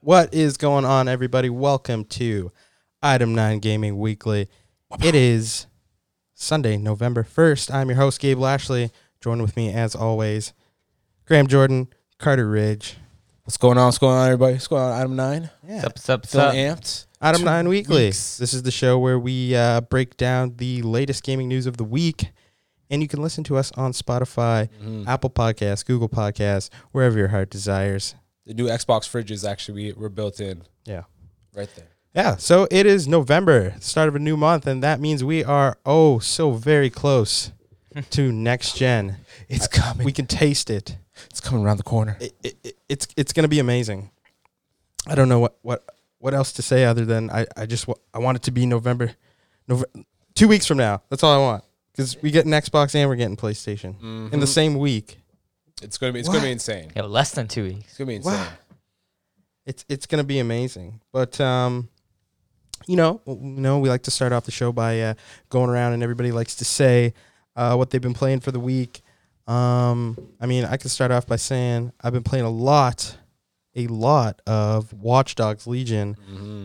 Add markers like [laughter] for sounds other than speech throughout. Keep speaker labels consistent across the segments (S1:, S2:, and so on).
S1: What is going on, everybody? Welcome to Item 9 Gaming Weekly. It is Sunday, November 1st. I'm your host, Gabe Lashley. Joined with me, as always, Graham Jordan, Carter Ridge.
S2: What's going on? What's going on, everybody? What's going on? Item nine.
S1: Yeah.
S3: Sup, sup,
S2: Feeling
S3: sup.
S2: amped.
S1: Item
S2: Two
S1: 9 Weekly.
S2: weeks.
S1: This is the show where we uh, break down the latest gaming news of the week. And you can listen to us on Spotify,
S2: Mm-hmm.
S1: Apple Podcasts, Google Podcasts, wherever your heart desires.
S2: The new Xbox fridges actually we, were built in
S1: Yeah.
S2: right there.
S1: Yeah, so it is November, start of a new month, and that means we are oh so very [laughs] close to next gen.
S2: It's coming.
S1: We can taste it.
S2: it's coming around the corner.
S1: It, it, it- It's it's gonna be amazing. I don't know what what what else to say other than I I just wa- I want it to be November, November two weeks from now. That's all I want because we get an Xbox and we're getting PlayStation in the same week.
S2: It's gonna be. It's
S1: What?
S2: gonna be insane.
S3: Yeah, less than two weeks.
S2: It's gonna be insane.
S1: It's it's gonna be amazing. But um, you know, you know, we like to start off the show by uh, going around and everybody likes to say uh, what they've been playing for the week. Um, I mean, I can start off by saying I've been playing a lot, a lot of Watch Dogs Legion.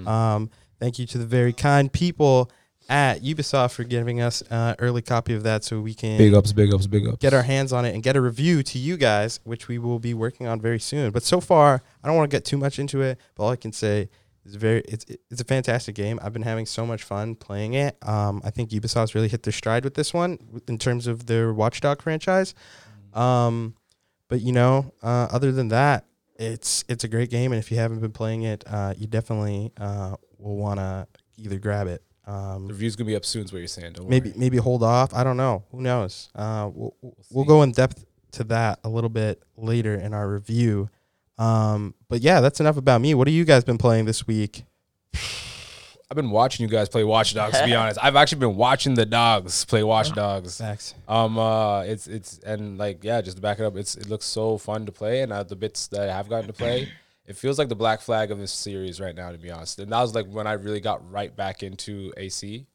S1: Um, thank you to the very kind people at Ubisoft for giving us an early copy of that so we can
S2: ups. Big ups. Big ups.
S1: get our hands on it and get a review to you guys, which we will be working on very soon. But so far, I don't want to get too much into it. But all I can say is very it's it's a fantastic game. I've been having so much fun playing it. Um, I think Ubisoft's really hit their stride with this one in terms of their Watchdog franchise. Um, but you know, uh, other than that, it's it's a great game, and if you haven't been playing it, uh, you definitely uh, will want to either grab it. Um,
S2: The review's gonna be up soon. Is what you're saying? Don't
S1: maybe
S2: worry.
S1: maybe hold off. I don't know. Who knows? Uh, we'll, we'll, we'll go in depth to that a little bit later in our review. Um, but yeah, that's enough about me. What have you guys been playing this week?
S2: I've been watching you guys play Watch Dogs. [laughs] to be honest, I've actually been watching the dogs play Watch Dogs.
S1: Max.
S2: Um, uh, it's it's and like yeah, just to back it up, it's it looks so fun to play, and uh, the bits that I have gotten
S1: [clears throat]
S2: to play, it feels like the black flag of this series right now, to be honest. And that was like when I really got right back into AC,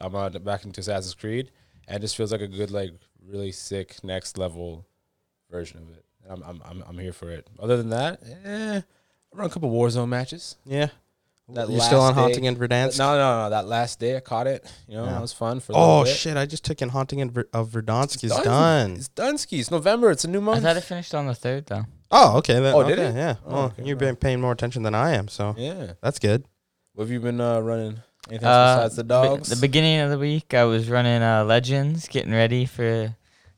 S2: um, uh, back into Assassin's Creed, and it just feels like a good like really sick next level version of it. I'm I'm I'm, I'm here for it. Other than that, eh, I run a couple Warzone matches.
S1: Yeah.
S2: That
S1: You're still on
S2: last
S1: Haunting
S2: day-
S1: and Verdansk?
S2: No, no, no. That last day, I caught it. You know,
S1: Yeah.
S2: that was fun for. a little
S1: Oh
S2: bit.
S1: shit! I just took in Haunting and Ver- of Verdansk is
S2: Done.
S1: done.
S2: It's done ski. It's November. It's a new
S3: I
S2: month.
S3: thought it finished on the third though.
S1: Oh, okay. That,
S2: Oh,
S1: okay,
S2: did it?
S1: Yeah.
S2: Oh,
S1: well,
S2: okay,
S1: you've
S2: wow.
S1: been paying more attention than I am, so
S2: Yeah.
S1: that's good.
S2: What have you been uh, running? Anything
S3: Uh,
S2: else besides the
S3: be-
S2: dogs?
S3: the beginning of the week, I was running uh, Legends, getting ready for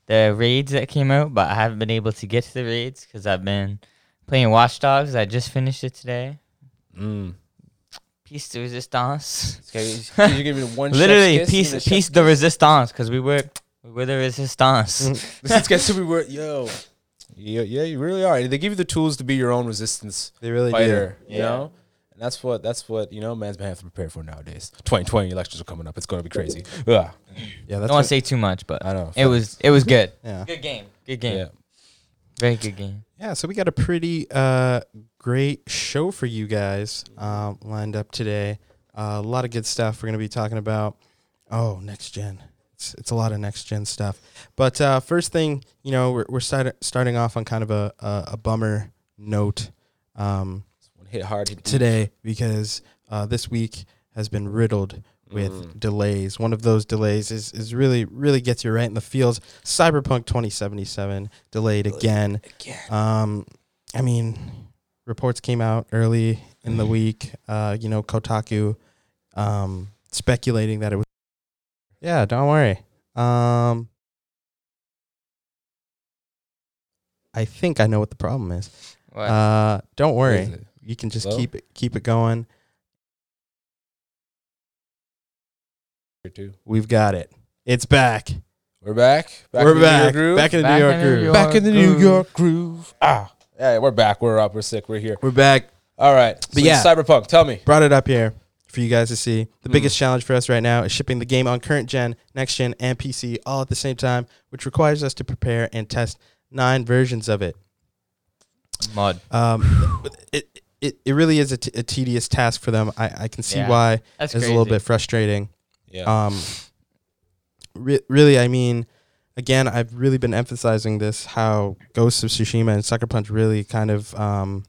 S3: the raids that came out, but I haven't been able to get to the raids because I've been playing Watch Dogs. I just finished it today.
S2: mm.
S3: Piece de Resistance.
S2: [laughs] Can you give me one? chef's
S3: Literally,
S2: kiss
S3: piece
S2: and a
S3: piece de Resistance because we were we were
S2: [laughs]
S3: the Resistance.
S1: Mm.
S2: chef's- Let's get to be word. Yo. Yeah, yeah, you really are. They give you the tools to be your own resistance
S1: They really
S2: fighter. You
S3: Yeah.
S2: know. And that's what that's what you know. Man's been have to prepare for nowadays. 2020 elections are coming up. It's gonna be crazy. Ugh.
S1: do. Yeah,
S3: I
S1: that's
S3: don't want
S1: what,
S3: to say too much, but
S2: I know.
S3: it was it
S2: [laughs]
S3: was good.
S1: yeah.
S3: Good game. Good game.
S2: Yeah.
S3: Very good game.
S1: Yeah, so we got a pretty uh, great show for you guys um, lined up today. Uh, a lot of good stuff we're going to be talking about. Oh, next gen. It's, it's a lot of next gen stuff. But uh, first thing, you know, we're, we're start, starting off on kind of a, a, a bummer note um,
S2: Hit hard. Hit deep.
S1: today because uh, this week has been riddled with
S2: Mm.
S1: delays. One of those delays is, is really, really gets you right in the feels. Cyberpunk 2077 delayed again. Um, I mean, reports came out early in
S2: Mm-hmm.
S1: the week. Uh, you know, Kotaku um, speculating that it was. Yeah, don't worry. Um, I think I know what the problem is.
S3: What?
S1: Uh, don't
S2: What
S1: worry.
S2: is it?
S1: You can just
S2: Hello?
S1: keep it keep it going.
S2: Here too.
S1: We've got it. It's back.
S2: We're back. back
S1: We're
S2: in the New
S1: back.
S2: York groove.
S1: Back in the
S3: Back
S1: New York
S3: in the
S1: groove.
S3: York-
S2: back in the New
S3: groove.
S2: York groove. Ah, yeah, we're back. We're up. We're sick. We're here.
S1: We're back.
S2: All right.
S1: But yeah.
S2: Cyberpunk. Tell me.
S1: Brought it up here. for you guys to see. The
S2: Hmm.
S1: biggest challenge for us right now is shipping the game on current gen, next gen, and PC all at the same time, which requires us to prepare and test nine versions of it.
S3: Mod. [sighs]
S1: Um, it, it, it really is a, t- a tedious task for them. I, I can see
S3: Yeah.
S1: why
S3: That's
S1: it's
S3: crazy.
S1: a little bit frustrating.
S2: Yeah.
S1: Um, re- really, I mean, again, I've really been emphasizing this how Ghost of Tsushima and Sucker Punch really kind of um,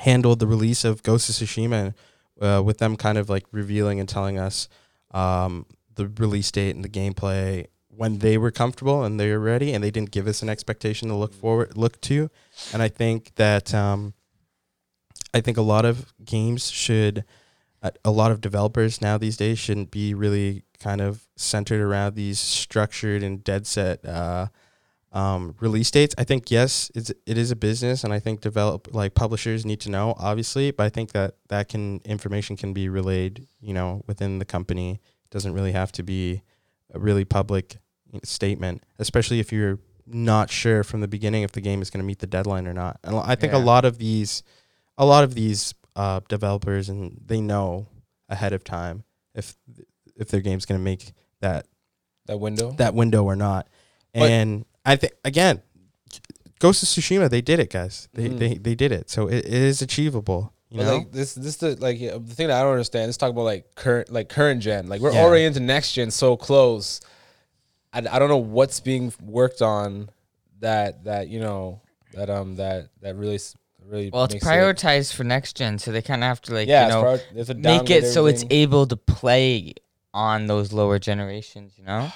S1: handled the release of Ghost of Tsushima uh, with them kind of like revealing and telling us um, the release date and the gameplay when they were comfortable and they were ready, and they didn't give us an expectation to look forward look to. And I think that um, I think a lot of games should a- a lot of developers now these days shouldn't be really kind of centered around these structured and dead set uh, um, release dates. I think yes, it's it is a business, and I think develop like publishers need to know obviously, but I think that that can information can be relayed, you know, within the company. doesn't really have to be a really public statement, especially if you're not sure from the beginning if the game is going to meet the deadline or not. And I think a
S3: Yeah.
S1: lot of these, a lot of these uh, developers and they know ahead of time if if their game's going to make that
S2: that window.
S1: that window or not.
S2: But-
S1: And I think again, Ghost of Tsushima, they did it, guys. They
S2: Mhm.
S1: they, they did it. So it, it is achievable. You
S2: But
S1: know,
S2: like this, this the like yeah, the thing that I don't understand. Let's talk about like current, like current gen. Like we're
S1: Yeah.
S2: already into next gen, so close. I, I don't know what's being worked on that that you know that um that that really s- really
S3: Well, it's
S2: makes it-
S3: prioritized for next gen, so they kind of have to like
S2: yeah,
S3: you
S2: it's
S3: know
S2: prior- it's a
S3: make it
S2: downgrade
S3: so it's
S2: everything.
S3: able to play on those lower generations. You know,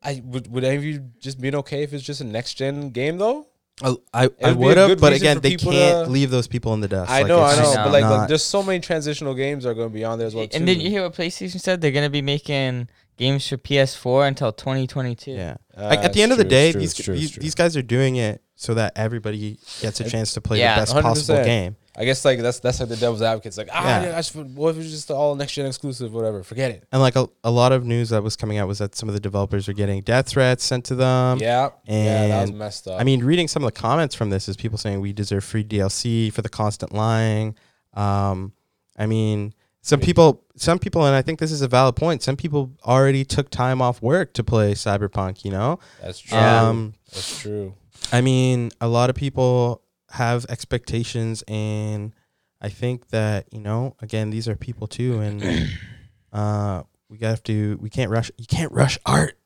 S2: I would would any of you just been okay if it's just a next gen game though?
S1: I I,
S2: would be a
S1: would have,
S2: good
S1: but
S2: reason
S1: again,
S2: for
S1: they
S2: people
S1: can't
S2: to-
S1: leave those people in the dust.
S2: I
S1: Like,
S2: know,
S1: it's
S2: I know,
S1: just
S2: but like,
S1: not-
S2: like there's so many transitional games that are going to be on there as well.
S3: and did
S2: too.
S3: you hear what PlayStation said? They're gonna be making games for PS4 until 2022.
S1: yeah.
S2: Uh,
S1: like at the
S2: it's
S1: end of the
S2: true,
S1: day,
S2: it's true,
S1: these,
S2: it's true, it's
S1: these,
S2: true.
S1: these guys are doing it so that everybody gets a chance to play
S3: Yeah,
S1: the best possible
S2: 100%.
S1: game.
S2: I guess like that's that's like the devil's advocate. It's like ah,
S1: Yeah.
S2: yeah. I just, what if it's just all next gen exclusive, whatever? Forget it.
S1: And like a, a lot of news that was coming out was that some of the developers are getting death threats sent to them.
S2: yeah, yeah, that was
S1: Um, and,
S2: messed up.
S1: I mean, reading some of the comments from this is people saying we deserve free DLC for the constant lying. Um, I mean, some people, some people, and I think this is a valid point. Some people already took time off work to play Cyberpunk. You know,
S2: that's true.
S3: Yeah.
S1: um,
S2: that's true.
S1: I mean, a lot of people have expectations, and I think that you know, again, these are people too, and uh, we have to, we can't rush. You can't rush art.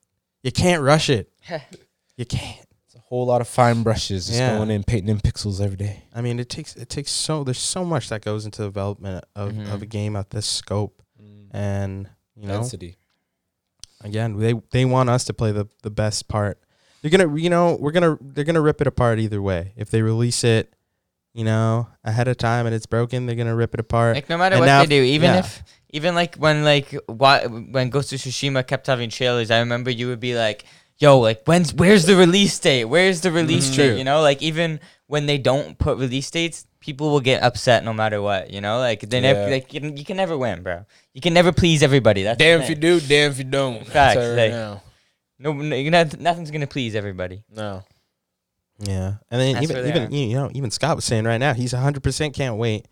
S1: You can't rush it.
S3: [laughs]
S1: You can't.
S2: It's a whole lot of fine brushes just
S1: Yeah.
S2: going in painting in pixels every day.
S1: I mean, it takes it takes so there's so much that goes into development of,
S3: Mhm.
S1: of a game at this scope, and you know,
S2: Mm. Density.
S1: again, they they want us to play the the best part. They're gonna, you know, we're gonna they're gonna rip it apart either way. If they release it, you know, ahead of time and it's broken, they're gonna rip it apart.
S3: Like no matter
S1: And
S3: what
S1: now-
S3: they do, even
S1: yeah.
S3: if even like when like why, when Ghost of Tsushima kept having trailers, I remember you would be like, "Yo, like when's where's the release date? Where's the release
S2: Mm-hmm.
S1: Mhm.
S3: date?"
S1: True.
S3: You know, like even when they don't put release dates, people will get upset no matter what. You know, like they never
S2: Yeah.
S3: like you, you can never win, bro. You can never please everybody. That's the
S2: Damn if you
S3: thing.
S2: do, damn if you don't.
S3: Facts,
S2: Sorry
S3: like-
S2: now.
S3: No, no you're not, nothing's gonna please everybody.
S2: No.
S1: Yeah, and then
S3: That's where
S1: even
S3: they
S1: even you know even Scott was saying right now he's 100 percent can't wait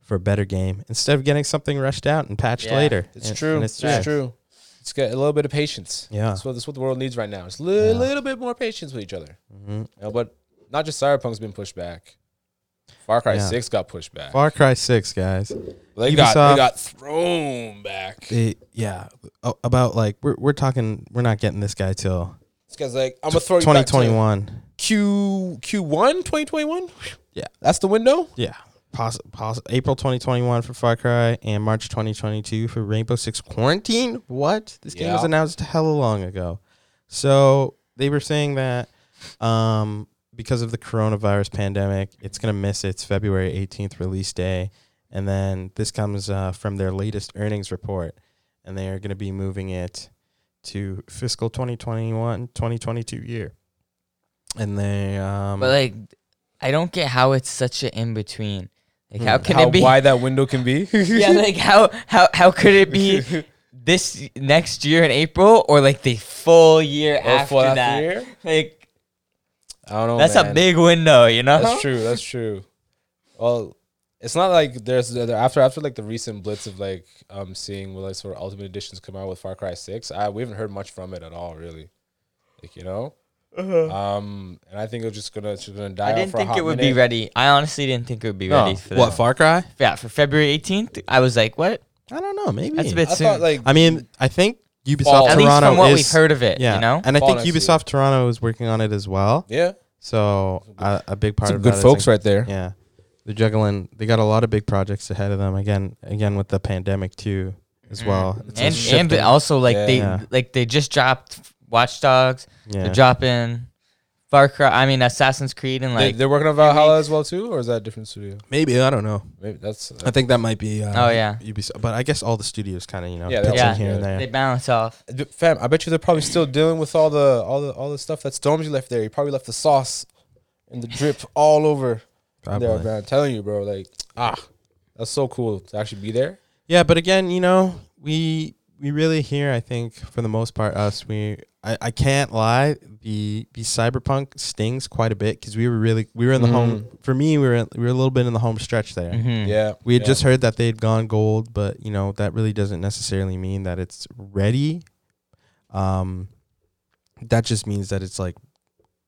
S1: for a better game instead of getting something rushed out and patched
S3: Yeah.
S1: later.
S2: It's
S1: And-
S2: true.
S1: and
S2: it's true. It's got a little bit of patience.
S1: Yeah.
S2: That's what, that's what the world needs right now. It's a li-
S1: Yeah.
S2: little bit more patience with each other.
S1: hmm
S2: You know, but not just Cyberpunk's been pushed back. Far Cry
S1: Yeah.
S2: 6 got pushed back.
S1: Far Cry Six, guys.
S2: they, got,
S1: Ubisoft-
S2: they got thrown back.
S1: They, yeah, a- about like we're we're talking. We're not getting this guy till
S2: This guy's like, I'm going to throw you back to
S1: 2021.
S2: Q, Q1 2021?
S1: Yeah.
S2: That's the window?
S1: Yeah, poss- poss- April 2021 for Far Cry and March 2022 for Rainbow Six Quarantine. What? This game was
S2: Yeah.
S1: announced hella long ago. So they were saying that um, because of the coronavirus pandemic, it's gonna miss its February 18th release day, and then this comes uh, from their latest earnings report, and they are gonna be moving it to fiscal 2021 2022 year. And they um
S3: But like, I don't get how it's such an in between. Like, how
S1: Hmm.
S3: can
S2: How
S3: it be?
S2: wide that window can be?
S3: [laughs] yeah, like how how how could
S2: [laughs]
S3: it be this next year in April or like the full year
S2: Or
S3: after
S2: for half the
S3: that?
S2: year?
S3: Like
S2: I don't know.
S3: that's a
S2: Oh,
S3: uh-huh.
S2: man.
S3: big window, you know.
S2: That's true. That's true. Well, it's not like there's the- the- after after like the recent blitz of like um seeing what like sort of ultimate editions come out with Far Cry Six. I we haven't heard much from it at all, really. Like you know, um, and I think it's just gonna it's just gonna die.
S3: Uh-huh. I
S2: out
S3: didn't
S2: for a
S3: think
S2: hot
S3: it would be
S2: minute.
S3: ready. I honestly didn't think it would be
S2: No.
S3: ready for
S1: What
S3: that.
S1: Far Cry?
S3: yeah, for February 18th, I was like, what?
S1: I don't know. Maybe
S3: That's a bit
S2: I
S3: soon.
S2: thought like
S1: I mean, I think Ubisoft
S2: Fall.
S3: At
S1: Oh, Toronto
S3: least from what
S1: is
S3: we've heard of it, you know?
S1: and I
S2: Fall
S1: think
S2: next year.
S1: Ubisoft Toronto is working on it as well.
S2: yeah,
S1: So a, a big part
S2: some
S1: of
S2: good
S1: that is,
S2: folks
S1: like,
S2: right there.
S1: Yeah, they're juggling. They got a lot of big projects ahead of them. Again, again with the pandemic too, as well. It's a
S3: Mm-hmm. and
S1: shift
S3: and but
S1: in-
S3: also like they
S1: Yeah.
S3: like they just dropped Watch Dogs.
S1: yeah.
S3: They're dropping Far Cry. I mean Assassin's Creed and like
S2: they, are working on Valhalla as well too, or is that a different studio?
S1: maybe I don't know.
S2: Maybe that's
S1: I think that might be. Uh,
S3: Oh, yeah.
S1: Ubisoft, but I guess all the studios kind of you know
S2: Yeah,
S1: yeah,
S2: they're
S1: pitching
S3: all
S1: here and
S2: together.
S1: there.
S3: they balance off.
S2: D- fam. I bet you they're probably still dealing with all the all the all the stuff that Stormzy left there. He probably left the sauce and the
S1: [laughs]
S2: drip all over there,
S1: Probably.
S2: man. I'm telling you, bro. Like ah, that's so cool to actually be there.
S1: Yeah, but again, you know, we we really hear. I think for the most part, us we. I, I can't lie. The the cyberpunk stings quite a bit because we were really we were in the home. For me, we were in, we were a little bit in the home stretch there.
S3: Mhm.
S2: Yeah,
S1: Mm. We had
S2: yeah.
S1: just heard that they'd gone gold, but you know that really doesn't necessarily mean that it's ready. Um, that just means that it's like,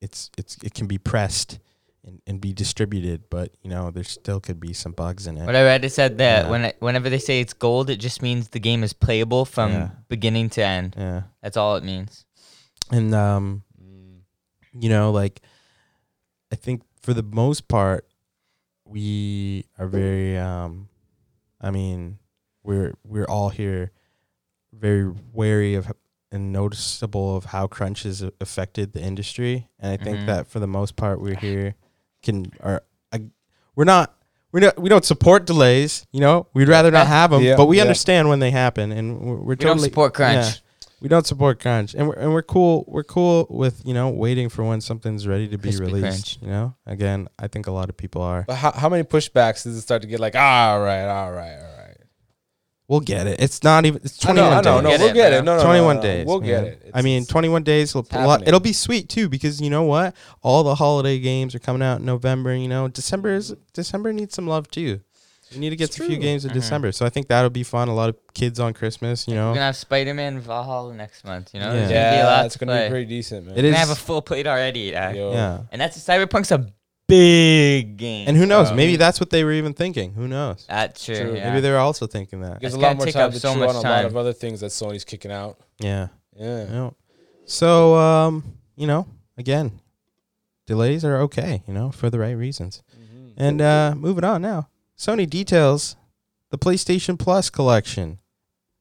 S1: it's it's it can be pressed and, and be distributed, but you know there still could be some bugs in it.
S3: What I read it said that
S1: Yeah.
S3: when it, whenever they say it's gold, it just means the game is playable from
S1: Yeah.
S3: beginning to end.
S1: Yeah,
S3: That's all it means.
S1: and um,
S2: Mm.
S1: you know, like I think for the most part, we are very um I mean, we're we're all here very wary of and noticeable of how crunch has a- affected the industry. And I think
S3: Mhm.
S1: that for the most part we're here can are I, we're not we're not, we don't support delays, you know. We'd rather not
S3: Yeah.
S1: have them,
S2: Yeah,
S1: but we
S2: yeah.
S1: understand when they happen, and we're, we're
S3: We don't
S1: totally
S3: support crunch.
S1: yeah. We don't support crunch, and we're and we're cool. We're cool with you know waiting for when something's ready to be
S3: Crispy
S1: released.
S3: crunch.
S1: You know, again, I think a lot of people are.
S2: But how, how many pushbacks does it start to get? Like "Ah, all right, all right, all right.
S1: We'll get it. It's not even. It's
S2: I know,
S1: twenty
S2: I
S1: one
S2: know,
S1: days.
S2: no,
S3: Get
S2: we'll
S3: it,
S2: get it.
S3: man.
S2: No, no, no,
S1: twenty one
S2: no, no,
S1: days.
S2: We'll get
S1: man.
S2: it.
S1: I mean,
S2: It's-
S1: twenty one days. Will, will-
S2: happening.
S1: it'll be sweet too because you know what? All the holiday games are coming out in November. You know, December is December needs some love too. We need to get
S2: It's
S1: a few
S2: true. Mm-hmm.
S1: games in
S3: Mhm.
S1: December, so I think that'll be fun. A lot of kids on Christmas. You
S3: We're
S1: know,
S3: gonna have Spider Man Valhalla next month. You know,
S1: Yeah.
S3: There's gonna be a
S2: yeah,
S3: lot
S2: it's
S3: to
S2: gonna
S3: play.
S2: be pretty decent, man.
S1: it
S3: We're gonna have a
S1: is.
S3: full plate already, uh,
S2: Yo.
S1: Yeah,
S3: and that's Cyberpunk's a big game.
S1: and who knows?
S2: Wow.
S1: Maybe that's what they were even thinking. Who knows?
S3: That's true.
S2: True.
S3: yeah.
S1: Maybe they're also thinking that.
S2: Gives
S3: That's
S2: a
S3: gonna
S2: lot more
S3: take
S2: time
S3: up
S2: to
S3: so
S2: chew
S3: much
S2: on a lot
S3: time.
S2: of other things that Sony's kicking out.
S1: Yeah.
S2: Yeah.
S1: Yeah. So, um, you know, again, delays are okay, you know, for the right reasons.
S2: Mhm.
S1: And uh moving on now. Sony details the PlayStation Plus collection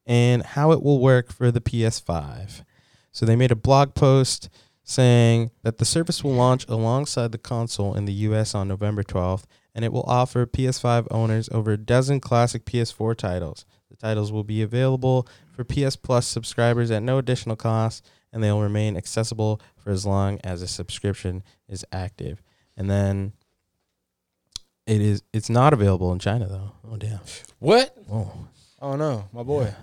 S1: and how it will work for the PS5. So they made a blog post saying that the service will launch alongside the console in the US on November 12th and it will offer PS5 owners over a dozen classic PS4 titles. The titles will be available for PS Plus subscribers at no additional cost and they will remain accessible for as long as a subscription is active. And then it is it's not available in China though. Oh damn.
S2: What?
S1: Oh.
S2: Oh no, my boy.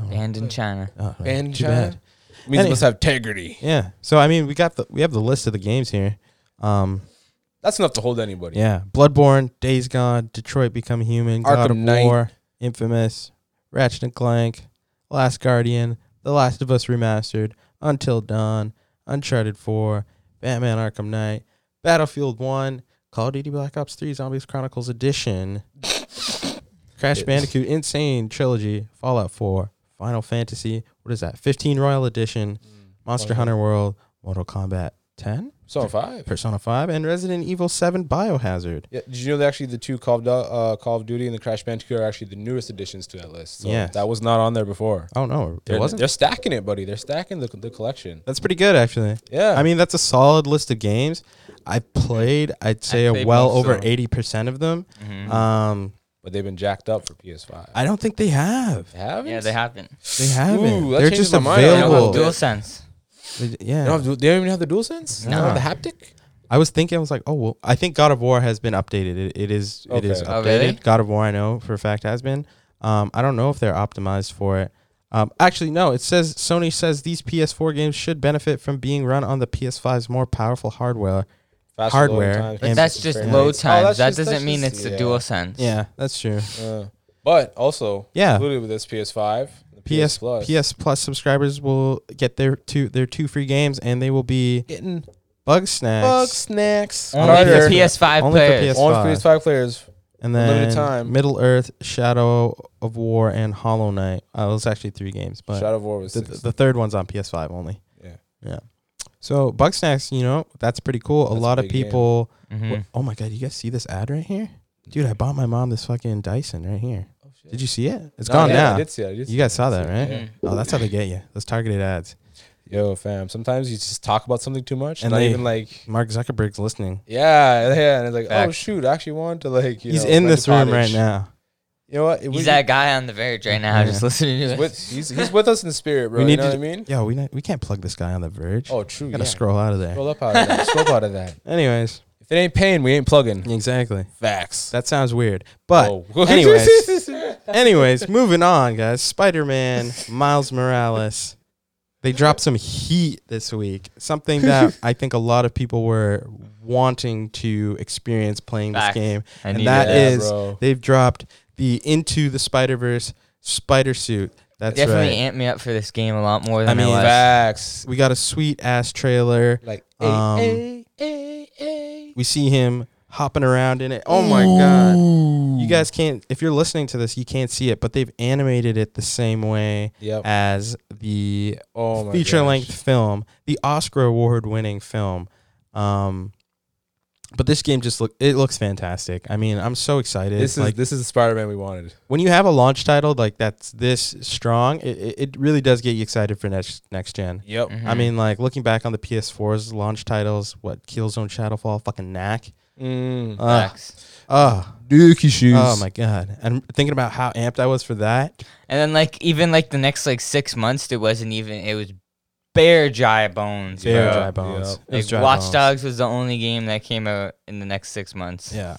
S1: oh.
S3: banned in China.
S1: Oh, man,
S2: And
S1: too
S2: China
S1: bad.
S2: means
S1: Any-
S2: it must have integrity.
S1: Yeah. So I mean, we got the we have the list of the games here. Um,
S2: That's enough to hold anybody.
S1: yeah, Bloodborne, Days Gone, Detroit Become Human, God
S2: Arkham
S1: of
S2: Knight.
S1: War, Infamous, Ratchet and Clank, Last Guardian, The Last of Us Remastered, Until Dawn, Uncharted 4, Batman Arkham Knight, Battlefield 1, Call of Duty Black Ops 3 Zombies Chronicles Edition, Crash Bandicoot Insane Trilogy, Fallout 4, Final Fantasy, what is that? 15 Royal Edition, Monster
S2: Fallout.
S1: Hunter World, Mortal Kombat 10,
S2: So five.
S1: Persona 5, and Resident Evil 7 Biohazard.
S2: Yeah, did you know that actually the two Call of, Du- uh, Call of Duty and the Crash Bandicoot are actually the newest additions to that list? So
S1: Yes.
S2: That was not on there before.
S1: Oh no,
S2: They're,
S1: it wasn't.
S2: They're stacking it, buddy. They're stacking the, the collection.
S1: That's pretty good actually.
S2: Yeah.
S1: I mean, that's a solid list of games. I played, I'd say, a
S3: played
S1: well
S3: most of
S1: over
S3: them.
S1: eighty percent of them.
S2: Mm-hmm.
S3: Mhm.
S1: Um,
S2: but they've been jacked up for PS5.
S1: I don't think they have.
S2: They haven't?
S3: Yeah, they haven't.
S1: They haven't.
S2: that
S1: They're
S2: changes
S1: just
S2: my mind. I don't
S3: They don't
S1: available.
S2: do
S3: have
S2: it.
S3: DualSense.
S1: They- yeah,
S2: They don't, have, du- they don't even have the DualSense? They
S1: No.
S2: don't have the haptic?
S1: I was thinking, I was like, oh well. I think God of War has been updated. It, it is, it is updated.
S2: Okay.
S3: Oh, really?
S1: God of War, I know for a fact has been. Um, I don't know if they're optimized for it. Um, actually, no. It says Sony says these PS4 games should benefit from being run on the PS5's more powerful hardware
S2: Fast
S1: Hardware
S2: loading times,
S1: and-
S3: That's just
S2: Fahrenheit.
S3: load
S2: Oh,
S3: times.
S2: that's
S3: that
S2: just- that's
S3: doesn't mean
S2: just-
S3: it's a
S2: yeah.
S3: dual sense.
S1: Yeah, that's true.
S2: Uh, but also,
S1: Yeah.
S2: included with this PS5, the
S1: PS
S2: PS, Plus,
S1: PS Plus subscribers will get their two their two free games, and they will be
S2: getting
S1: bug snacks.
S2: bug snacks.
S3: Only
S2: Harder.
S3: for PS5
S1: Only for
S3: players.
S1: PS5.
S2: Only for PS5 players.
S1: And
S2: Limited
S1: then
S2: time.
S1: Middle Earth, Shadow of War, and Hollow Knight. Uh, those are actually three games, but
S2: Shadow of War was
S1: the,
S2: six.
S1: the third one's on PS5 only.
S2: Yeah.
S1: yeah. So Bugsnax, you know, that's pretty cool. A
S2: That's a
S1: lot of
S2: big game.
S1: people.
S3: Mhm.
S1: Wha- oh my god, you guys see this ad right here, dude? I bought my mom this fucking Dyson right here.
S3: Oh,
S1: Did you see it? It's
S2: No,
S1: gone
S2: yeah,
S1: now.
S2: I did see that. I did see
S1: You guys saw that,
S2: I
S1: right?
S2: did see
S3: right?
S1: Oh, that's how they get you. Those targeted ads.
S3: Mm-hmm.
S2: that. Yo, fam. Sometimes you just talk about something too much,
S1: And
S2: and not
S1: they-
S2: even like.
S1: Mark Zuckerberg's listening.
S2: Yeah, yeah, and it's like, oh
S3: Facts.
S2: shoot, I actually wanted to like. You
S1: He's
S2: know,
S1: in
S2: rent a
S1: this room right
S2: cottage.
S1: now.
S2: You know what? It
S3: He's
S2: would-
S3: that guy on the verge right now,
S1: Yeah.
S3: just listening to
S2: he's
S3: it.
S2: with, he's, he's with us
S1: [laughs]
S2: in spirit, bro.
S1: We
S2: you
S1: need
S2: know
S1: to
S2: what I mean?
S1: Yo, we not, we can't plug this guy on the verge.
S2: Oh, true.
S1: gotta
S2: yeah.
S1: scroll out of there.
S2: Scroll up out of that. Scroll up out of
S1: [laughs]
S2: that. [laughs]
S1: Anyways,
S2: If it ain't pain, we ain't plugging.
S1: exactly.
S2: Facts.
S1: That sounds weird, but
S2: [laughs] Oh.
S1: [laughs] anyways. anyways, moving on, guys. Spider Man, Miles Morales. They dropped some heat this week.
S2: [laughs]
S1: Something that I think a lot of people were wanting to experience playing
S3: Facts.
S1: this game.
S3: I
S1: and
S3: need uh,
S1: that
S3: that.
S2: Yeah,
S1: is-
S2: bro.
S1: They've dropped the Into the Spider Verse spider suit. That's
S3: Definitely
S1: right.
S3: amp me up for this game a lot more
S1: I
S3: than I,
S1: mean,
S3: was.
S2: Facts.
S1: We got a sweet ass trailer.
S2: Like
S1: Um,
S2: a a a
S1: We see him hopping around in it. Oh my god. You
S2: Hmm.
S1: guys can't if you're listening to this, you can't see it, but they've animated it the same way
S2: Yep.
S1: as the
S2: Oh my
S1: feature
S2: gosh.
S1: length film, the Oscar award winning film. Um but this game just look it looks fantastic. I mean, I'm so excited.
S2: This is
S1: like
S2: this is the Spider Man we wanted.
S1: when you have a launch title like that's this strong, it, it- it really does get you excited for next next general
S2: Yep.
S1: I mean, like looking back on the PS4's launch titles, what Killzone Shadowfall, fucking Knack.
S2: Mm.
S1: Uh,
S3: Facts.
S1: Oh,
S2: Dookie shoes.
S1: oh my god! And thinking about how amped I was for that.
S3: And then like even like the next like six months, there wasn't even it was bare dry bones.
S1: Bare
S3: bro.
S1: dry bones. It was
S3: Like
S1: dry
S3: Watch
S1: bones.
S3: Dogs was the only game that came out in the next six months. [laughs]
S1: Yeah.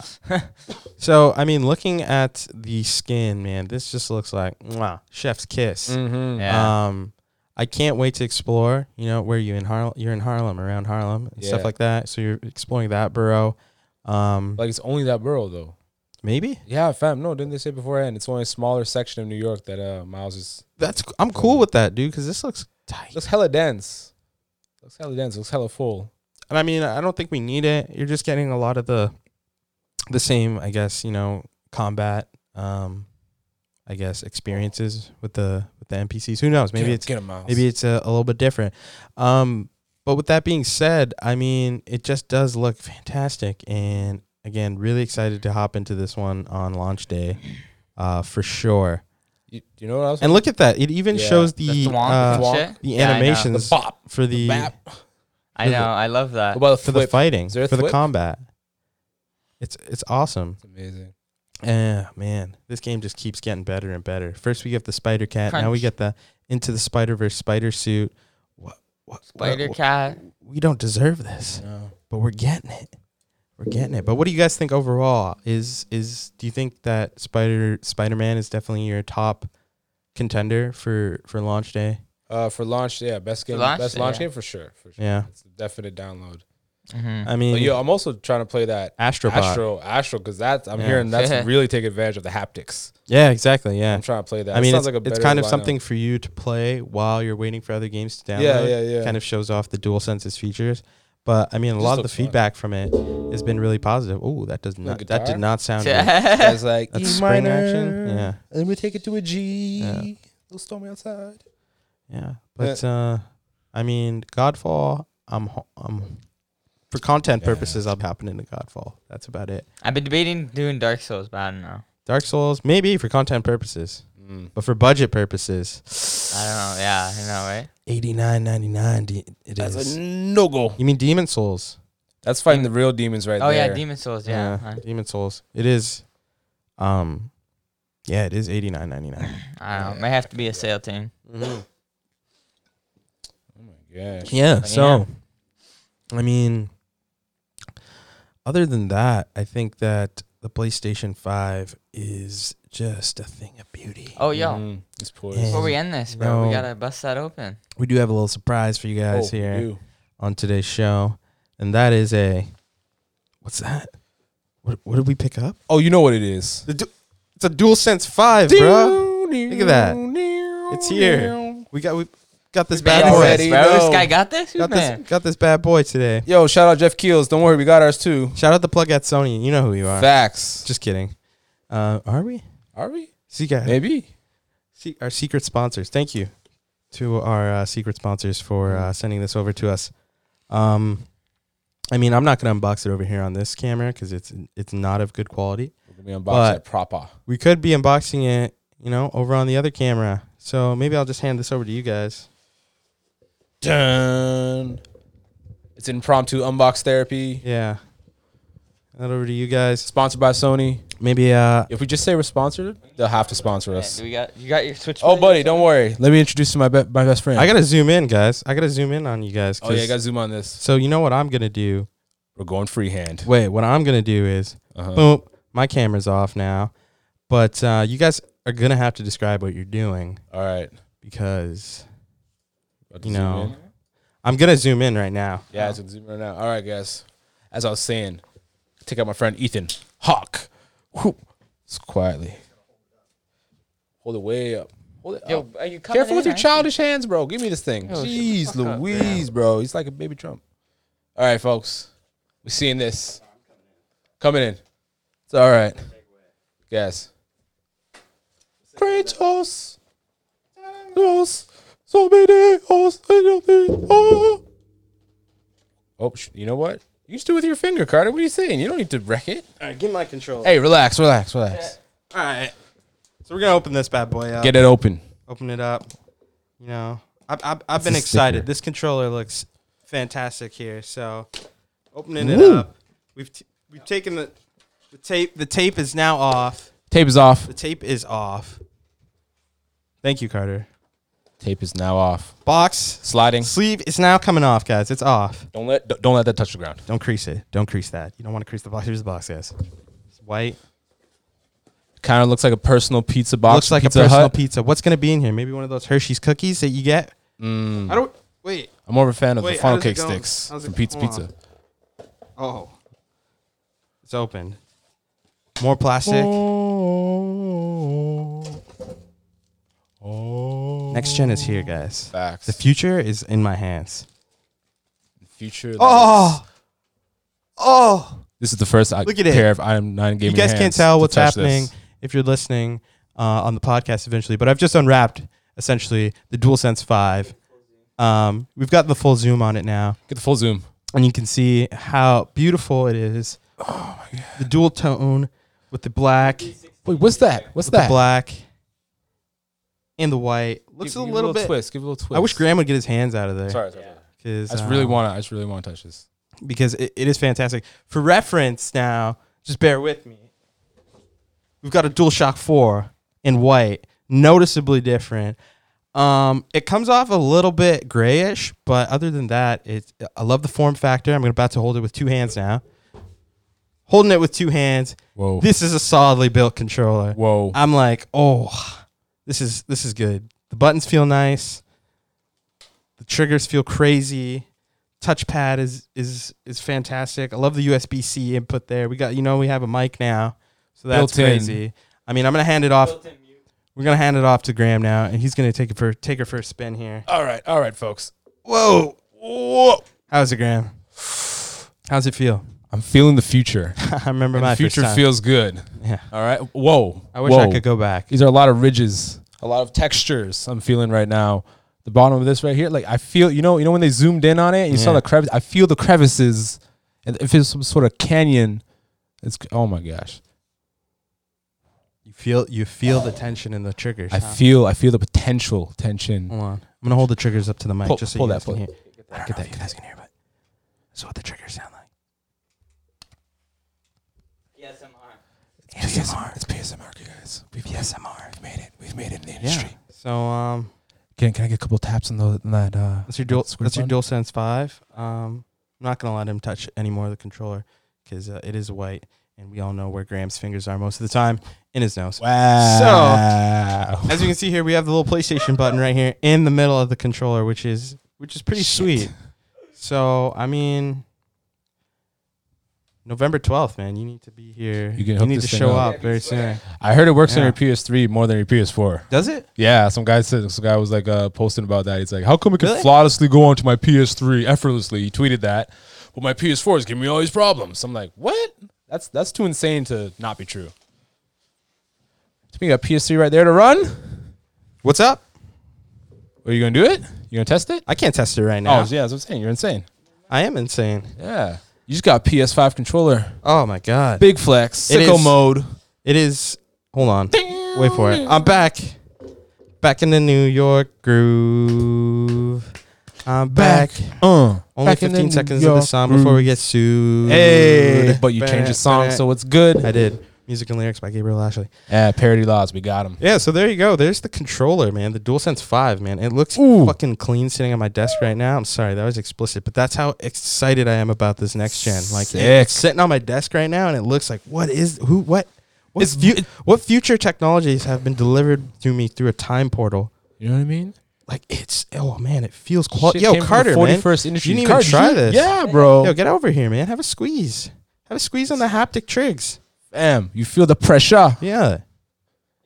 S1: so I mean, looking at the skin, man, this just looks like mwah, chef's kiss.
S2: Mm-hmm.
S3: Yeah.
S1: Um, I can't wait to explore. You know, where you in Harlem? You're in Harlem, around Harlem, and stuff
S2: Yeah.
S1: like that. So you're exploring that borough. Um,
S2: Like it's only that borough though.
S1: maybe
S2: Yeah, fam. No, didn't they say beforehand? It's only a smaller section of New York that uh Miles is
S1: that's I'm cool with that, dude, because this looks tight.
S2: looks hella dense. Looks hella dense. Looks hella full.
S1: and I mean, I don't think we need it. You're just getting a lot of the the same, I guess, you know, combat um I guess experiences with the with the NPCs. Who knows? Maybe
S2: Get-
S1: it's
S2: get a Miles.
S1: maybe it's a, a little bit different. Um but with that being said, I mean, it just does look fantastic and again, really excited to hop into this one on launch day. Uh, for sure.
S2: you, you know what else?
S1: And look at that. It even
S2: Yeah.
S1: shows
S3: The
S1: the
S3: thwomp and
S1: uh,
S2: thwomp.
S3: shit?
S1: the
S3: Yeah, I know.
S1: animations
S2: the bop.
S1: for the,
S2: bap.
S3: I know. I love that.
S2: What about
S1: for
S2: the
S1: the
S2: flip?
S1: fighting,
S2: Is there a
S1: for the
S2: thwip?
S1: combat. It's it's awesome.
S2: It's amazing.
S1: Yeah, man, this game just keeps getting better and better. First we get the Spider Cat, now we
S3: Crunch.
S1: get the Into the Spider Verse Spider Suit. What, what what-
S3: Spider
S1: what-
S3: Cat.
S1: We don't deserve this,
S2: No.
S1: but we're getting it. We're getting it. But what do you guys think overall? Is is do you think that Spider Spider Man is definitely your top contender for for launch day?
S2: Uh, for launch, yeah, best game,
S3: launch,
S2: best launch
S3: yeah.
S2: game for sure. For sure.
S1: Yeah, Mm.
S2: It's a definite download.
S3: Mhm.
S1: I
S2: But
S1: mean,
S2: yo, I'm also trying to play that
S1: Astrobot.
S2: Astro, Astro, because that's I'm
S1: Yeah.
S2: hearing that's really taking advantage of the haptics.
S1: Yeah, exactly. Yeah,
S2: I'm trying to play that.
S1: I
S2: It
S1: mean,
S2: sounds
S1: it's,
S2: like a
S1: it's
S2: better
S1: kind of
S2: lineup.
S1: something for you to play while you're waiting for other games to download.
S2: Yeah, yeah, yeah. [laughs]
S1: Kind of shows off the dual senses features. But I mean, a
S2: Just
S1: lot of the
S2: looks fun.
S1: feedback from it has been really positive. Oh, that does not that
S2: guitar?
S1: did not
S3: [laughs]
S1: sound good.
S3: Yeah.
S2: It's like
S1: That's
S2: E
S1: spring
S2: minor,
S1: action. Yeah,
S2: and then we take it to a G.
S1: Yeah.
S2: Little stormy outside.
S1: yeah. But uh, I mean, Godfall. I'm ho- I'm for content
S2: Yeah.
S1: purposes. I'll be hopping into Godfall. That's about it.
S3: I've been debating doing Dark Souls, but I don't know.
S1: Dark Souls, maybe for content purposes,
S2: Mm.
S1: but for budget purposes,
S3: I don't know. Yeah, I know, right?
S1: eighty nine ninety nine. It
S2: That's
S1: is.
S2: a no go.
S1: you mean Demon Souls?
S2: That's fighting the real demons right
S3: oh
S2: there.
S3: yeah, Demon Souls. Yeah.
S1: Yeah, Demon Souls. It is, um, yeah, it is eighty nine ninety nine.
S3: I don't know. It might have to be a sale team.
S2: Mm-hmm. Oh my gosh.
S1: Yeah.
S3: But
S1: So, I mean, other than that, I think that the PlayStation Five is just a thing of beauty.
S3: Oh yo.
S2: Mm, it's poised.
S1: Yeah.
S3: Before we end this, bro,
S1: Mm-hmm. No.
S3: we gotta bust that open.
S1: We
S3: Oh,
S1: do have a little surprise for you guys
S2: Oh,
S1: here
S2: ew.
S1: on today's show, and that is a What's that? What, what did we pick up?
S2: Oh, you know what it is.
S1: The du- it's a Dual Sense Five, bro.
S2: Look
S1: at that. It's here. We got we got this bad
S2: got
S1: boy.
S2: already it.
S3: bro. This
S2: know.
S3: guy got this. Who's
S1: Got
S3: man?
S1: this got this bad boy today.
S2: Yo, shout out Jeff Keels. Don't worry, we got ours too.
S1: Shout out the plug at Sony. You know who you are.
S2: Facts.
S1: Just kidding. Uh, are we?
S2: Are we?
S1: See, guys.
S2: Maybe.
S1: See, our secret sponsors. Thank you to our uh, secret sponsors for
S2: Mm.
S1: uh, sending this over to us. Um, I mean, I'm not gonna unbox it over here on this camera because it's it's not of good quality.
S2: We're gonna be
S1: But-
S2: unboxed at proper.
S1: We could be unboxing it, you know, over on the other camera. So maybe I'll just hand this over to you guys.
S2: Dun. It's impromptu unbox therapy.
S1: Yeah, that over to you guys.
S2: Sponsored by Sony.
S1: Maybe uh,
S2: If we just say we're sponsored, they'll have to sponsor us.
S3: Do we got you got your switch.
S2: Oh, buddy, don't worry. Let me introduce you to my be- my best friend.
S1: I gotta zoom in, guys. I gotta zoom in on you guys.
S2: oh yeah,
S1: 'cause-
S2: I got zoom on this.
S1: So you know what I'm gonna do?
S2: We're going freehand.
S1: Wait, what I'm gonna do is
S2: Uh-huh.
S1: boom, my camera's off now. But uh, you guys are gonna have to describe what you're doing
S2: All right.
S1: because
S2: About to
S1: you
S2: zoom
S1: know
S2: in.
S1: I'm gonna zoom in right now.
S2: Yeah, it's gonna zoom right now. All right, guys. As I was saying, take out my friend Ethan Hawk. Whoop. Just quietly. Hold it way up. Hold it
S3: Yo,
S2: up.
S3: are you coming
S2: Careful with
S3: in?
S2: your childish hands, bro. Give me this thing.
S3: Yo, shut the
S2: Jeez,
S3: fuck up,
S2: Louise, bro. He's like a baby Trump. All right, folks. We're seeing this. Coming in. It's all right. Guys. Kratos. Kratos. So many holes. I don't think- Oh, Oh, sh- you know what? You just do it with your finger, Carter. What are you saying? You don't need to wreck it.
S1: All right, give my control.
S2: Hey, relax, relax, relax.
S1: All right. So we're gonna open this bad boy up.
S2: Get it open.
S1: open it up. You know, I've I've, I've been
S2: a
S1: excited.
S2: sticker.
S1: This controller looks fantastic here. So opening it
S2: Woo.
S1: up, we've t- we've taken the the tape. The tape is now off.
S2: Tape is off.
S1: The tape is off. Thank you, Carter.
S2: Tape is now off.
S1: Box
S2: Sliding.
S1: sleeve is now coming off, guys. It's off.
S2: Don't let don't- don't let that touch the ground.
S1: Don't crease it. Don't crease that. You don't want to crease the box. Here's the box, guys. It's white.
S2: Kind of looks like a personal pizza box.
S1: Looks
S2: from
S1: like
S2: pizza
S1: a personal
S2: Hut.
S1: pizza. What's gonna be in here? Maybe one of those Hershey's cookies that you get.
S2: Mm.
S1: I don't. Wait.
S2: I'm more of a fan of
S1: Wait,
S2: the
S1: how
S2: funnel
S1: does it
S2: cake
S1: go?
S2: sticks
S1: How's it-
S2: from Pizza
S1: hold
S2: Pizza.
S1: on. Oh. It's open. More plastic. Next gen is here, guys.
S2: Facts.
S1: The future is in my hands.
S2: future.
S1: Oh. Oh.
S2: this is the first I
S1: Look at it.
S2: pair of item nine game.
S1: You guys can't tell what's happening if you're listening uh, on the podcast eventually, but I've just unwrapped essentially the DualSense 5. Um, we've got the full zoom on it now.
S2: Get the full zoom.
S1: and you can see how beautiful it is. Oh my god! The dual tone with the black,
S2: Wait, what's that? What's
S1: the
S2: that?
S1: black, and the white. Looks
S2: Give-
S1: a
S2: give
S1: little bit.
S2: twist. Give it a little twist.
S1: I wish Graham would get his hands out of there um,
S2: Sorry, Uh, sorry, sorry.
S1: because
S2: I just really want to. I just really want to touch this.
S1: because it, it is fantastic. For reference, now just bear with me. We've got a DualShock Four in white, noticeably different. Um, it comes off a little bit grayish, but other than that, it's I love the form factor. I'm about to hold it with two hands now. Holding it with two hands,
S2: Whoa.
S1: this is a solidly built controller.
S2: Whoa.
S1: I'm like, oh, this is this is good. The buttons feel nice. The triggers feel crazy. Touchpad is is is fantastic. I love the USB C input there. We got you know we have a mic now, so that's
S2: Built in.
S1: crazy. I mean, I'm gonna hand it off. We're gonna hand it off to Graham now, and he's gonna take it for take her for a spin here.
S2: all right, all right, folks.
S1: Whoa,
S2: Whoa.
S1: how's it, Graham? How's it feel?
S2: I'm feeling [laughs] the future.
S1: [laughs] I remember
S2: And
S1: my
S2: the future
S1: first time.
S2: feels good.
S1: Yeah.
S2: All right. Whoa.
S1: I wish I
S2: Whoa.
S1: could go back.
S2: These are a lot of ridges, a lot of textures I'm feeling right now. The bottom of this right here, like I feel, you know, you know when they zoomed in on it, you saw
S1: Yeah.
S2: the crevice. I feel the crevices, and if it's some sort of canyon, it's oh my gosh.
S1: You feel you feel the tension in the triggers.
S2: I
S1: huh?
S2: feel, I feel the potential tension.
S1: Hold on. I'm gonna hold the triggers up to the mic
S2: Pull-
S1: just so
S2: pull
S1: you
S2: that,
S1: guys can
S2: pull
S1: hear.
S2: that.
S1: I don't get that you guys can hear, but this is what the triggers sound like.
S2: It's PSMR. It's PSMR, you guys. We've PSMR. We've made it. We've made it in the
S1: Yeah. So um,
S2: Can, can I get a couple taps on, the, on that? Uh,
S1: that's your dual.
S2: Square
S1: That's your
S2: button?
S1: dual sense five. Um, I'm not gonna let him touch any more of the controller because uh, it is white, and we all know where Graham's fingers are most of the time in his nose.
S2: Wow.
S1: As you can see here, we have the little PlayStation button right here in the middle of the controller, which is which is pretty
S2: Shit.
S1: sweet. So I mean, November 12th, man. You need to be here.
S2: You can
S1: You,
S2: hook
S1: need
S2: this
S1: to
S2: thing
S1: show
S2: up.
S1: up very soon.
S2: I heard it works on
S1: Yeah.
S2: your PS3 more than your PS4.
S1: Does it?
S2: Yeah, some guy said some guy was like uh, posting about that. He's like, "How come it can
S1: Really?
S2: flawlessly go onto my PS3 effortlessly?" He tweeted that, but my PS4 is giving me all these problems. I'm like, "What? That's that's too insane to not be true." We got PS3 right there to run.
S1: What's up?
S2: Are you gonna do it? You gonna test it?
S1: I can't test it right now.
S2: Oh yeah, that's what I'm saying. You're insane.
S1: I am insane.
S2: Yeah, you just got a PS5 controller.
S1: Oh my god.
S2: Big flex,
S1: It
S2: sicko
S1: is-
S2: mode.
S1: It is. Hold on. Wait for it. I'm back. Back in the New York groove. I'm back.
S2: Uh,
S1: Only
S2: back in the
S1: 15 seconds of
S2: York
S1: the song before we get sued.
S2: Hey, but you changed the song, so it's good.
S1: I did. Music and lyrics by Gabriel Ashley.
S2: Yeah, parody laws. We got him.
S1: Yeah, so there you go. There's the controller, man. The DualSense 5, man. It looks
S2: Ooh.
S1: fucking clean sitting on my desk right now. I'm sorry, that was explicit, but that's how excited I am about this next gen. Like it-
S2: Sick.
S1: it's sitting on my desk right now and it looks like what is who what what, fu- what future technologies have been delivered to me through a time portal?
S2: You know what I mean?
S1: Like it's oh man, it feels quali-
S2: Shit
S1: Yo,
S2: came from the
S1: Carter, man.
S2: 41st industry.
S1: You didn't even
S2: Carter,
S1: try
S2: you-
S1: this.
S2: Yeah, bro.
S1: Yo, get over here, man. Have a squeeze. Have a squeeze on the haptic trigs.
S2: Bam. You feel the pressure.
S1: Yeah.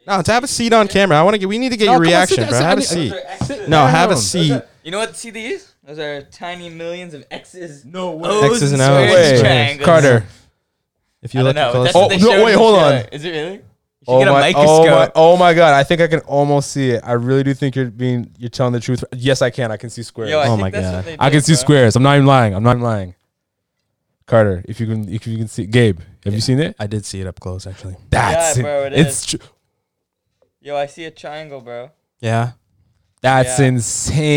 S1: No, to have a seat on camera. I want to get. We need to get
S2: No,
S1: your
S2: come on,
S1: reaction,
S2: sit down,
S1: bro.
S2: sit- I
S1: Have a
S2: need-
S1: seat.
S2: sit
S1: No, have a
S2: down.
S1: seat.
S3: You know what? See these? Those are tiny millions of X's.
S2: No
S3: Oh,
S1: X's and
S3: squares,
S1: O's. Wait.
S3: triangles.
S2: Carter.
S1: If
S3: I
S1: you look
S3: don't know.
S1: close,
S3: That's what
S2: Oh,
S3: they
S2: no,
S3: showed
S2: wait,
S3: in the
S2: hold
S3: trailer.
S2: on.
S3: Is it really? You should
S2: Oh
S3: get a
S2: my, oh my!
S3: microscope.
S2: Oh my God! I think I can almost see it. I really do think you're being you're telling the truth. Yes, I can. I can see squares.
S3: Yo, I
S1: Oh
S3: think
S1: my
S3: that's what
S1: God.
S3: they did,
S2: I can see
S3: bro.
S2: squares. I'm not even lying. I'm not even lying. Carter, if you can, if you can see, Gabe, have you seen it?
S1: I did see it up close actually.
S2: That's
S3: Yeah,
S2: it.
S3: bro, it
S2: it's tr-
S3: Yo, I see a triangle, bro.
S1: Yeah.
S2: that's
S3: Yeah.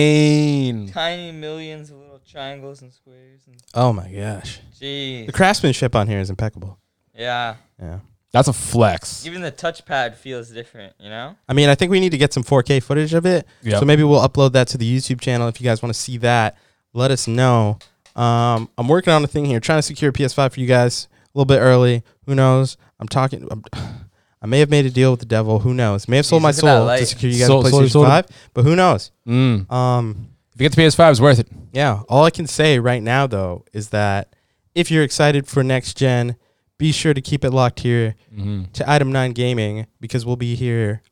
S2: insane.
S3: Tiny millions of little triangles and squares. And
S1: Oh my gosh. The
S3: jeez.
S1: craftsmanship on here is impeccable.
S3: Yeah.
S1: Yeah.
S2: That's a flex.
S3: Even the touchpad feels different, you know?
S1: I mean, I think we need to get some 4K footage of it.
S2: Yep.
S1: So maybe we'll upload that to the YouTube channel if you guys want to see that. Let us know. Um, I'm working on a thing here, trying to secure a PS5 for you guys a little bit early. Who knows? I'm talking. I'm, [sighs] I may have made a deal with the devil. Who knows? May have sold
S3: Jesus, look
S1: my
S3: at that
S1: soul to
S3: light.
S1: secure you guys
S2: Sold-
S1: a
S2: sold-
S1: PlayStation
S2: sold it.
S1: 5, but who knows?
S2: Mm.
S1: Um,
S2: If you get the PS5, it's worth it.
S1: Yeah. All I can say right now, though, is that if you're excited for next gen, be sure to keep it locked here
S2: Mm-hmm.
S1: to Item 9 Gaming because we'll be here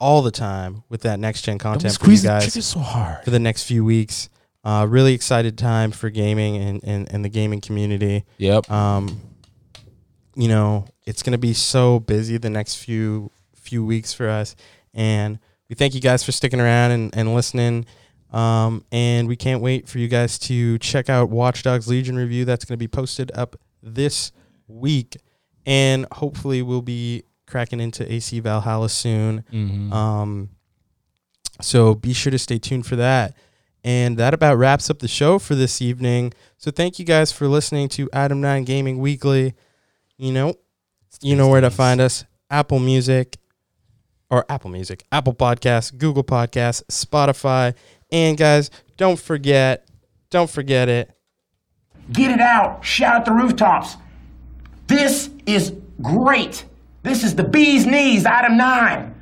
S1: all the time with that next gen content for you guys
S2: so hard.
S1: for the next few weeks. Uh, really excited time for gaming and, and, and the gaming community.
S2: Yep.
S1: Um, you know, it's going to be so busy the next few few weeks for us. And we thank you guys for sticking around and, and listening. Um, and we can't wait for you guys to check out Watch Dogs Legion review. That's going to be posted up this week. And hopefully, we'll be cracking into AC Valhalla soon.
S2: Mm-hmm.
S1: Um, so be sure to stay tuned for that. And that about wraps up the show for this evening. So thank you guys for listening to Adam Nine Gaming Weekly. You know, you know where to find us: Apple Music, or Apple Music, Apple Podcasts, Google Podcasts, Spotify, and guys, don't forget, don't forget it.
S4: Get it out. Shout at the rooftops. This is great. This is the bee's knees, item nine.